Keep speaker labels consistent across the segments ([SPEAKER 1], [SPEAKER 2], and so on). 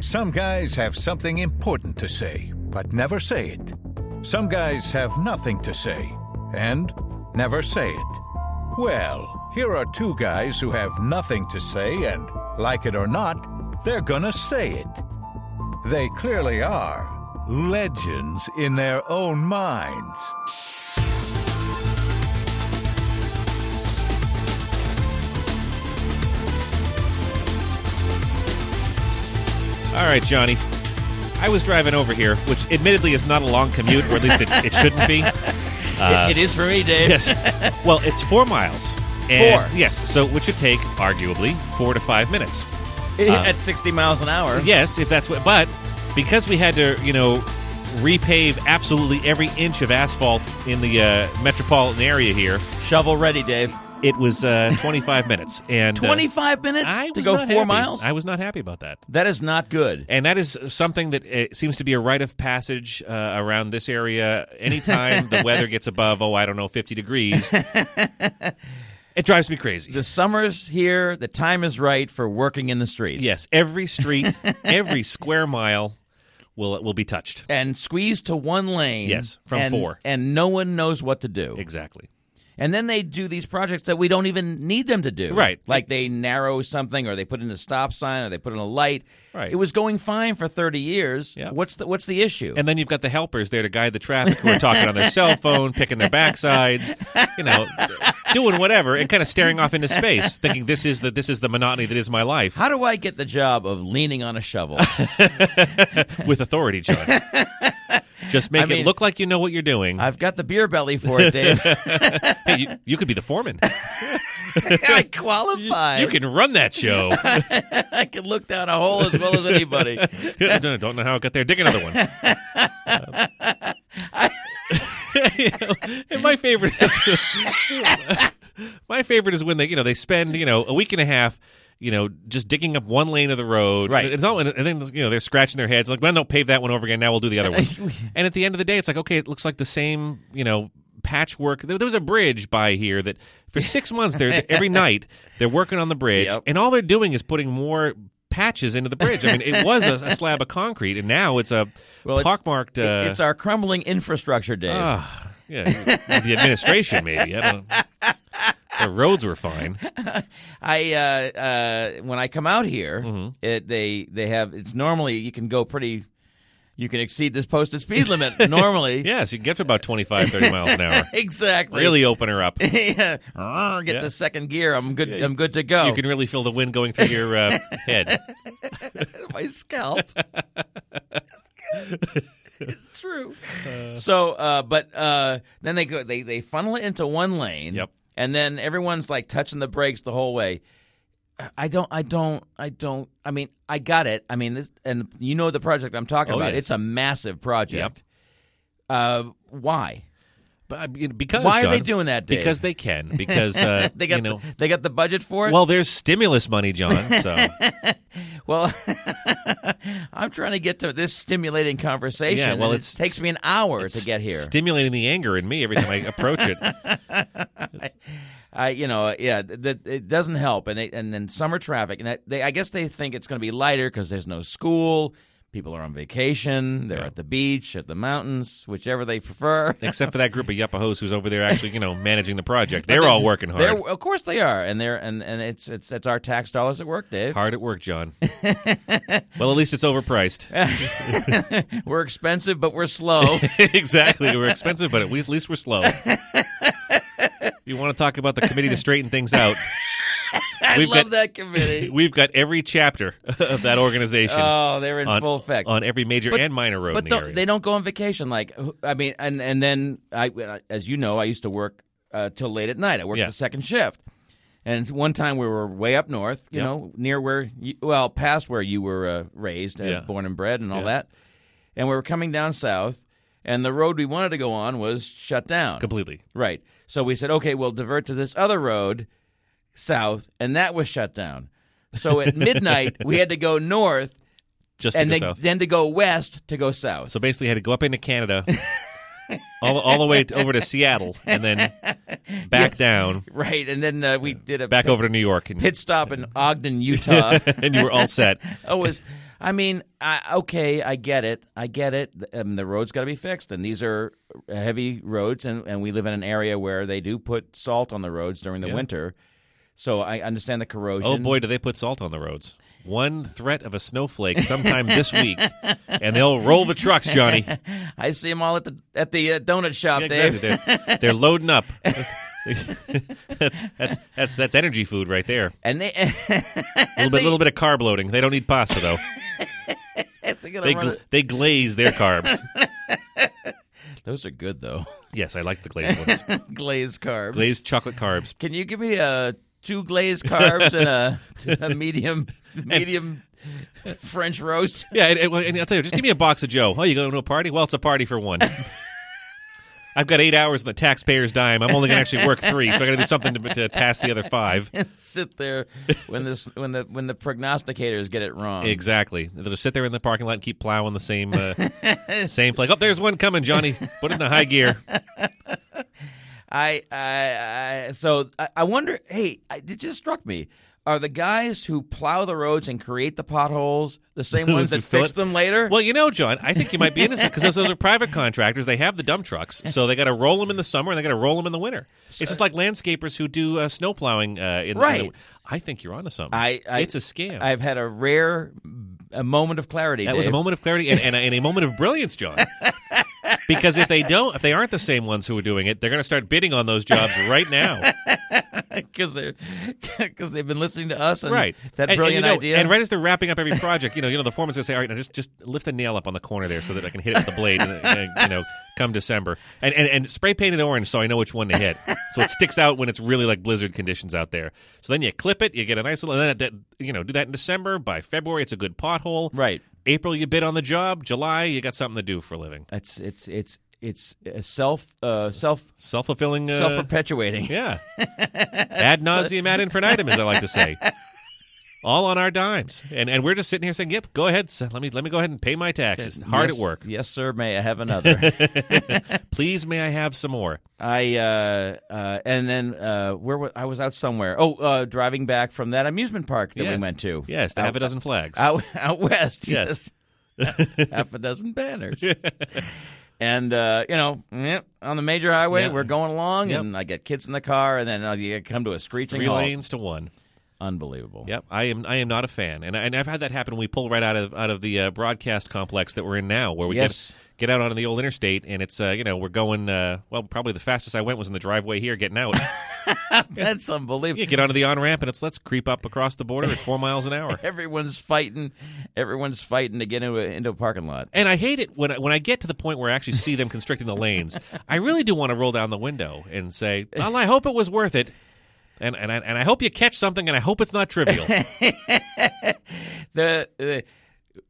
[SPEAKER 1] Some guys have something important to say, but never say it. Some guys have nothing to say, and never say it. Well, here are two guys who have nothing to say, and like it or not, they're gonna say it. They clearly are legends in their own minds.
[SPEAKER 2] All right, Johnny. I was driving over here, which admittedly is not a long commute, or at least it, it shouldn't be. Uh,
[SPEAKER 3] It- it is for me, Dave.
[SPEAKER 2] Yes. Well, it's four miles. and-
[SPEAKER 3] Four.
[SPEAKER 2] Yes. So, which should take arguably four to five minutes. uh,
[SPEAKER 3] At 60 miles an hour.
[SPEAKER 2] Yes, if that's what. But because we had to, you know, repave absolutely every inch of asphalt in the uh, metropolitan area here,
[SPEAKER 3] Shovel ready, Dave.
[SPEAKER 2] it was uh, 25 minutes. And uh,
[SPEAKER 3] 25 minutes
[SPEAKER 2] I
[SPEAKER 3] to
[SPEAKER 2] was
[SPEAKER 3] go
[SPEAKER 2] not
[SPEAKER 3] four
[SPEAKER 2] happy.
[SPEAKER 3] miles?
[SPEAKER 2] I was not happy about that.
[SPEAKER 3] that is not good.
[SPEAKER 2] And that is something that uh seems to be a rite of passage uh, around this area. Anytime the weather gets above, oh, I don't know, 50 degrees, it drives me crazy.
[SPEAKER 3] The summer's here. The time is right for working in the streets.
[SPEAKER 2] yes, every street, every square mile will will be touched.
[SPEAKER 3] And squeezed to one lane.
[SPEAKER 2] Yes, from
[SPEAKER 3] and-
[SPEAKER 2] four.
[SPEAKER 3] And no one knows what to do.
[SPEAKER 2] Exactly.
[SPEAKER 3] And then they do these projects that we don't even need them to do.
[SPEAKER 2] Right.
[SPEAKER 3] Like they narrow something or they put in a stop sign or they put in a light.
[SPEAKER 2] Right.
[SPEAKER 3] It was going fine for 30 years.
[SPEAKER 2] Yeah.
[SPEAKER 3] What's the what's the issue?
[SPEAKER 2] And then you've got the helpers there to guide the traffic who are talking on their cell phone, picking their backsides, you know, doing whatever and kind of staring off into space, thinking this is the this is the monotony that is my life
[SPEAKER 3] How do I get the job of leaning on a shovel?
[SPEAKER 2] with authority, John. Just make
[SPEAKER 3] I mean-
[SPEAKER 2] it look like you know what you're doing.
[SPEAKER 3] I've got the beer belly for it, Dave.
[SPEAKER 2] hey, you, you could be the foreman.
[SPEAKER 3] I qualify.
[SPEAKER 2] You can run that show.
[SPEAKER 3] I can look down a hole as well as anybody.
[SPEAKER 2] Uh. I don't don't know how it got there. Dig another one. Um, and my favorite is my favorite is when they you know they spend you know a week and a half you know just digging up one lane of the road
[SPEAKER 3] Right.
[SPEAKER 2] and, it's all, and then you know they're scratching their heads like well no pave that one over again now we'll do the other one and at the end of the day it's like okay it looks like the same you know patchwork there, there was a bridge by here that for six months they're every night they're working on the bridge
[SPEAKER 3] Yep.
[SPEAKER 2] and all they're doing is putting more patches into the bridge i mean it was a, a slab of concrete and now it's a
[SPEAKER 3] Well, it's-
[SPEAKER 2] pockmarked uh,
[SPEAKER 3] it's our crumbling infrastructure, Dave.
[SPEAKER 2] Ah, yeah, the administration maybe. I don't. The roads were fine.
[SPEAKER 3] I uh, uh, when I come out here,
[SPEAKER 2] Mm-hmm.
[SPEAKER 3] it, they they have it's normally you can go pretty, you can exceed this posted speed limit normally.
[SPEAKER 2] Yes, you can get to about 25, 30 miles an hour.
[SPEAKER 3] Exactly.
[SPEAKER 2] Really open her up. You
[SPEAKER 3] Yeah. Get
[SPEAKER 2] Yeah.
[SPEAKER 3] the second gear. I'm good. I'm good to go.
[SPEAKER 2] can really feel the wind going through your uh, head.
[SPEAKER 3] my scalp. it's true. so, uh, but uh, then they go. They they funnel it into one lane.
[SPEAKER 2] Yep.
[SPEAKER 3] And then everyone's like touching the brakes the whole way. I don't. I don't. I don't. I mean, I got it. I mean, this, and you know the project I'm talking
[SPEAKER 2] Oh,
[SPEAKER 3] about.
[SPEAKER 2] yes.
[SPEAKER 3] It's a massive project. Uh, why?
[SPEAKER 2] But, I mean, because
[SPEAKER 3] Why are
[SPEAKER 2] John,
[SPEAKER 3] they doing that, Dave?
[SPEAKER 2] Because they can. Because uh,
[SPEAKER 3] They got
[SPEAKER 2] you know.
[SPEAKER 3] the, they got the budget for it.
[SPEAKER 2] well, there's stimulus money, John. So
[SPEAKER 3] Well, I'm trying to get to this stimulating conversation.
[SPEAKER 2] Yeah, well,
[SPEAKER 3] and
[SPEAKER 2] it's-
[SPEAKER 3] it takes me an hour to
[SPEAKER 2] it's
[SPEAKER 3] get here.
[SPEAKER 2] stimulating the anger in me every time I approach it.
[SPEAKER 3] I, you know, yeah, that it doesn't help, and they, and then summer traffic, and that, they, I guess they think it's going to be lighter because there's no school, people are on vacation, they're at the beach, at the mountains, whichever they prefer.
[SPEAKER 2] Except for that group of yuppahos who's over there actually, you know, managing the project. They're all working hard.
[SPEAKER 3] They're, of course they are, and they're and, and it's it's it's our tax dollars at work, Dave.
[SPEAKER 2] Hard at work, John. well, at least it's overpriced.
[SPEAKER 3] We're expensive, but we're slow.
[SPEAKER 2] exactly. We're expensive, but at least, at least we're slow. you want to talk about the committee to straighten things out?
[SPEAKER 3] I
[SPEAKER 2] We've
[SPEAKER 3] love
[SPEAKER 2] got,
[SPEAKER 3] that committee.
[SPEAKER 2] We've got every chapter of that organization
[SPEAKER 3] Oh, they're in
[SPEAKER 2] on,
[SPEAKER 3] full effect.
[SPEAKER 2] on every major
[SPEAKER 3] But-
[SPEAKER 2] and minor road
[SPEAKER 3] but
[SPEAKER 2] in the
[SPEAKER 3] don't-
[SPEAKER 2] area.
[SPEAKER 3] they don't go on vacation like i mean and and then i as you know i used to work uh, till late at night i worked
[SPEAKER 2] Yeah.
[SPEAKER 3] the second shift and one time we were way up north you
[SPEAKER 2] Yeah.
[SPEAKER 3] know near where you, well past where you were uh, raised and
[SPEAKER 2] Yeah.
[SPEAKER 3] born and bred and all
[SPEAKER 2] Yeah.
[SPEAKER 3] that and we were coming down south and the road we wanted to go on was shut down
[SPEAKER 2] Completely.
[SPEAKER 3] right so we said okay we'll divert to this other road south and that was shut down so at midnight we had to go north
[SPEAKER 2] Just to
[SPEAKER 3] and
[SPEAKER 2] go
[SPEAKER 3] then-
[SPEAKER 2] south.
[SPEAKER 3] then to go west to go south
[SPEAKER 2] so basically, had to go up into Canada. All, all the way t- over to Seattle and then back down,
[SPEAKER 3] Right, and then uh, we did a
[SPEAKER 2] back over to New York, and,
[SPEAKER 3] pit stop in Ogden, Utah.
[SPEAKER 2] and you were all set.
[SPEAKER 3] I was I mean, I, okay, I get it. I get it. Th- Um, the roads got to be fixed, and these are heavy roads, and, and we live in an area where they do put salt on the roads during the winter. So I understand the corrosion.
[SPEAKER 2] Oh boy, do they put salt on the roads. One threat of a snowflake sometime this week, and they'll roll the trucks, Johnny.
[SPEAKER 3] I see them all at the at the uh, donut shop,
[SPEAKER 2] Exactly.
[SPEAKER 3] Dave.
[SPEAKER 2] They're, they're loading up. that's, that's that's energy food right there.
[SPEAKER 3] And they, and
[SPEAKER 2] A little bit, little bit of carb loading. They don't need pasta though.
[SPEAKER 3] they're gonna
[SPEAKER 2] They
[SPEAKER 3] run
[SPEAKER 2] gl-
[SPEAKER 3] it.
[SPEAKER 2] they glaze their carbs.
[SPEAKER 3] Those are good though,
[SPEAKER 2] Yes, I like the glazed ones.
[SPEAKER 3] glazed carbs.
[SPEAKER 2] Glazed chocolate carbs.
[SPEAKER 3] Can you give me uh, two glazed carbs and a, a medium medium French roast?
[SPEAKER 2] Yeah, and, and- well, and I'll tell you, just give me a box of Joe. Oh, you going to a party? Well, it's a party for one. I've got eight hours on the taxpayer's dime. I'm only going to actually work three, so I got to do something to, to pass the other five.
[SPEAKER 3] Sit there when this when the when the prognosticators get it wrong.
[SPEAKER 2] Exactly. They'll just sit there in the parking lot and keep plowing the same uh, same flag. Oh, there's one coming, Johnny. Put it in the high gear.
[SPEAKER 3] I, I, I so I, I wonder. Hey, I, it just struck me: are the guys who plow the roads and create the potholes the same
[SPEAKER 2] Who
[SPEAKER 3] ones
[SPEAKER 2] to
[SPEAKER 3] that
[SPEAKER 2] fill
[SPEAKER 3] fix
[SPEAKER 2] it?
[SPEAKER 3] them later?
[SPEAKER 2] Well, you know, John, I think you might be innocent because those, those are private contractors. They have the dump trucks, so they got to roll them in the summer and they got to roll them in the winter. It's just like landscapers who do uh, snow plowing. Uh, in, The, in
[SPEAKER 3] Right.
[SPEAKER 2] the, I think you're onto something.
[SPEAKER 3] I, I
[SPEAKER 2] it's a scam.
[SPEAKER 3] I've had a rare mm, a moment of clarity.
[SPEAKER 2] that was a
[SPEAKER 3] Dave.
[SPEAKER 2] moment of clarity and, and, a, and a moment of brilliance, John. because if they don't, if they aren't the same ones who are doing it, they're going to start bidding on those jobs right now.
[SPEAKER 3] because they because they've been listening to us and
[SPEAKER 2] right.
[SPEAKER 3] that
[SPEAKER 2] And- and,
[SPEAKER 3] brilliant
[SPEAKER 2] you know,
[SPEAKER 3] idea.
[SPEAKER 2] And right as they're wrapping up every project, you know, you know, the foreman's gonna say, "All right, now just just lift a nail up on the corner there so that I can hit it with the blade." and, uh, you know, come December, and, and and spray paint it orange so I know which one to hit, so it sticks out when it's really like blizzard conditions out there. So then you clip it, you get a nice little, and then that, you know, do that in December. By February, it's a good pothole.
[SPEAKER 3] Right.
[SPEAKER 2] April, you bid on the job. July, you got something to do for a living.
[SPEAKER 3] It's it's it's it's a self uh, self
[SPEAKER 2] Self fulfilling. Uh,
[SPEAKER 3] self perpetuating.
[SPEAKER 2] yeah. Ad nauseum, ad infinitum, as I like to say. All on our dimes, and and we're just sitting here saying, "Yep, go ahead. So let me let me go ahead and pay my taxes. Hard
[SPEAKER 3] Yes-
[SPEAKER 2] at work.
[SPEAKER 3] Yes, sir. May I have another?
[SPEAKER 2] Please, may I have some more?
[SPEAKER 3] I uh, uh, and then uh, where was I was out somewhere. Oh, uh, driving back from that amusement park that we
[SPEAKER 2] Yes.
[SPEAKER 3] went to.
[SPEAKER 2] Yes, they have a dozen flags.
[SPEAKER 3] out, out west.
[SPEAKER 2] Yes.
[SPEAKER 3] yes. half a dozen banners. And uh, you know, yeah, on the major highway,
[SPEAKER 2] Yeah.
[SPEAKER 3] we're going along,
[SPEAKER 2] Yep.
[SPEAKER 3] and I get kids in the car, and then uh, you come to a screeching
[SPEAKER 2] Three
[SPEAKER 3] halt.
[SPEAKER 2] lanes to one.
[SPEAKER 3] Unbelievable.
[SPEAKER 2] Yep, I am. I am not a fan, and I, and I've had that happen. We pull right out of out of the uh, broadcast complex that we're in now, where we
[SPEAKER 3] Yes.
[SPEAKER 2] get get out onto the old interstate, and it's uh, you know we're going. Uh, well, probably the fastest I went was in the driveway here, getting out.
[SPEAKER 3] That's unbelievable.
[SPEAKER 2] you get onto the on ramp, and it's let's creep up across the border at four miles an hour.
[SPEAKER 3] Everyone's fighting. Everyone's fighting to get into a, into a parking lot.
[SPEAKER 2] And I hate it when I, when I get to the point where I actually see them constricting the lanes. I really do want to roll down the window and say, "Well, I hope it was worth it." And and I, and I hope you catch something, and I hope it's not trivial.
[SPEAKER 3] The, the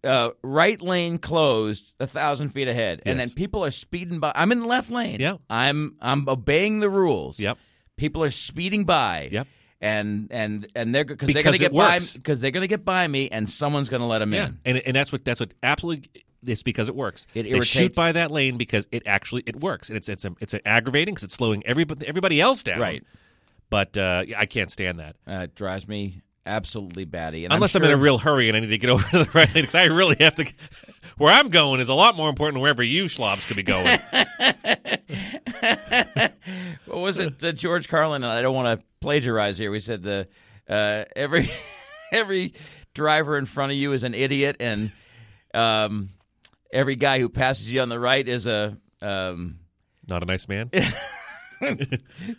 [SPEAKER 3] uh, right lane closed a thousand feet ahead, and then
[SPEAKER 2] Yes.
[SPEAKER 3] people are speeding by. I'm in the left lane.
[SPEAKER 2] Yeah.
[SPEAKER 3] I'm I'm obeying the rules.
[SPEAKER 2] Yep.
[SPEAKER 3] People are speeding by.
[SPEAKER 2] Yep.
[SPEAKER 3] And and and they're cause they're
[SPEAKER 2] Because
[SPEAKER 3] gonna
[SPEAKER 2] it
[SPEAKER 3] get by
[SPEAKER 2] works.
[SPEAKER 3] because they're gonna get by me, and someone's gonna let them in.
[SPEAKER 2] and and that's what that's what absolutely it's because it works.
[SPEAKER 3] It
[SPEAKER 2] they shoot
[SPEAKER 3] irritates-
[SPEAKER 2] by that lane because it actually it works, and it's it's a, it's aggravating because it's slowing everybody everybody else down.
[SPEAKER 3] Right.
[SPEAKER 2] But uh, yeah, I can't stand that.
[SPEAKER 3] Uh, it drives me absolutely batty. And
[SPEAKER 2] Unless I'm,
[SPEAKER 3] sure-
[SPEAKER 2] in a real hurry and I need to get over to the right lane because I really have to. Where I'm going is a lot more important than wherever you schlobs could be going.
[SPEAKER 3] What was it? Uh, George Carlin. And I don't want to plagiarize here. We said the uh, every every driver in front of you is an idiot, and um, every guy who passes you on the right is a um,
[SPEAKER 2] Not a nice man.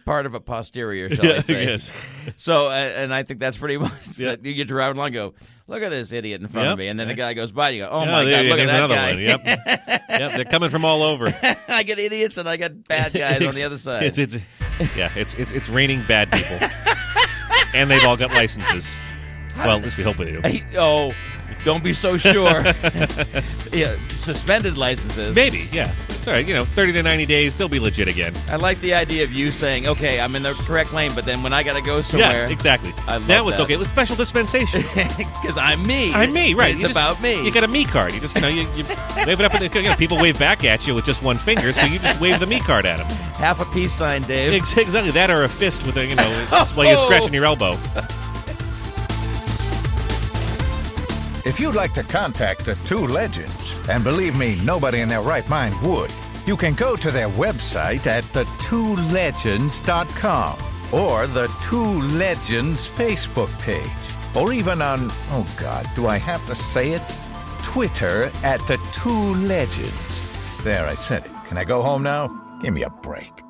[SPEAKER 3] part of a posterior, shall I say?
[SPEAKER 2] yes.
[SPEAKER 3] So, uh, and I think that's pretty much.
[SPEAKER 2] Yeah.
[SPEAKER 3] you get driving along, and go look at this idiot in front
[SPEAKER 2] Yep.
[SPEAKER 3] of me, and then the guy goes by, and you go, oh
[SPEAKER 2] Oh,
[SPEAKER 3] my
[SPEAKER 2] there-
[SPEAKER 3] god, look at
[SPEAKER 2] there's
[SPEAKER 3] that
[SPEAKER 2] another
[SPEAKER 3] guy.
[SPEAKER 2] one. Yep. yep. They're coming from all over.
[SPEAKER 3] I get idiots, and I got bad guys on the other side.
[SPEAKER 2] It's, it's, yeah, it's, it's it's raining bad people. and they've all got licenses. Well, at least we hope they do.
[SPEAKER 3] Hey, oh, don't be so sure. yeah, suspended licenses.
[SPEAKER 2] Maybe, yeah. It's all right. You know, 30 to 90 days, they'll be legit again.
[SPEAKER 3] I like the idea of you saying, "Okay, I'm in the correct lane," but then when I gotta go somewhere,
[SPEAKER 2] Yeah, exactly.
[SPEAKER 3] I love
[SPEAKER 2] now it's
[SPEAKER 3] that.
[SPEAKER 2] okay. It's special dispensation.
[SPEAKER 3] because I'm me.
[SPEAKER 2] I'm me, right?
[SPEAKER 3] It's
[SPEAKER 2] You just-
[SPEAKER 3] about me.
[SPEAKER 2] You got a me card. You just, you know, you, you wave it up. And, you know, people wave back at you with just one finger, so you just wave the me card at them.
[SPEAKER 3] half a peace sign, Dave.
[SPEAKER 2] Exactly. That or a fist with a, you
[SPEAKER 3] Oh.
[SPEAKER 2] know, while you're scratching your elbow.
[SPEAKER 1] If you'd like to contact the two legends, and believe me, nobody in their right mind would, you can go to their website at thetwolegends.com or the Two Legends Facebook page, or even on, oh God, do I have to say it? Twitter at the Two Legends. There, I said it. Can I go home now? Give me a break.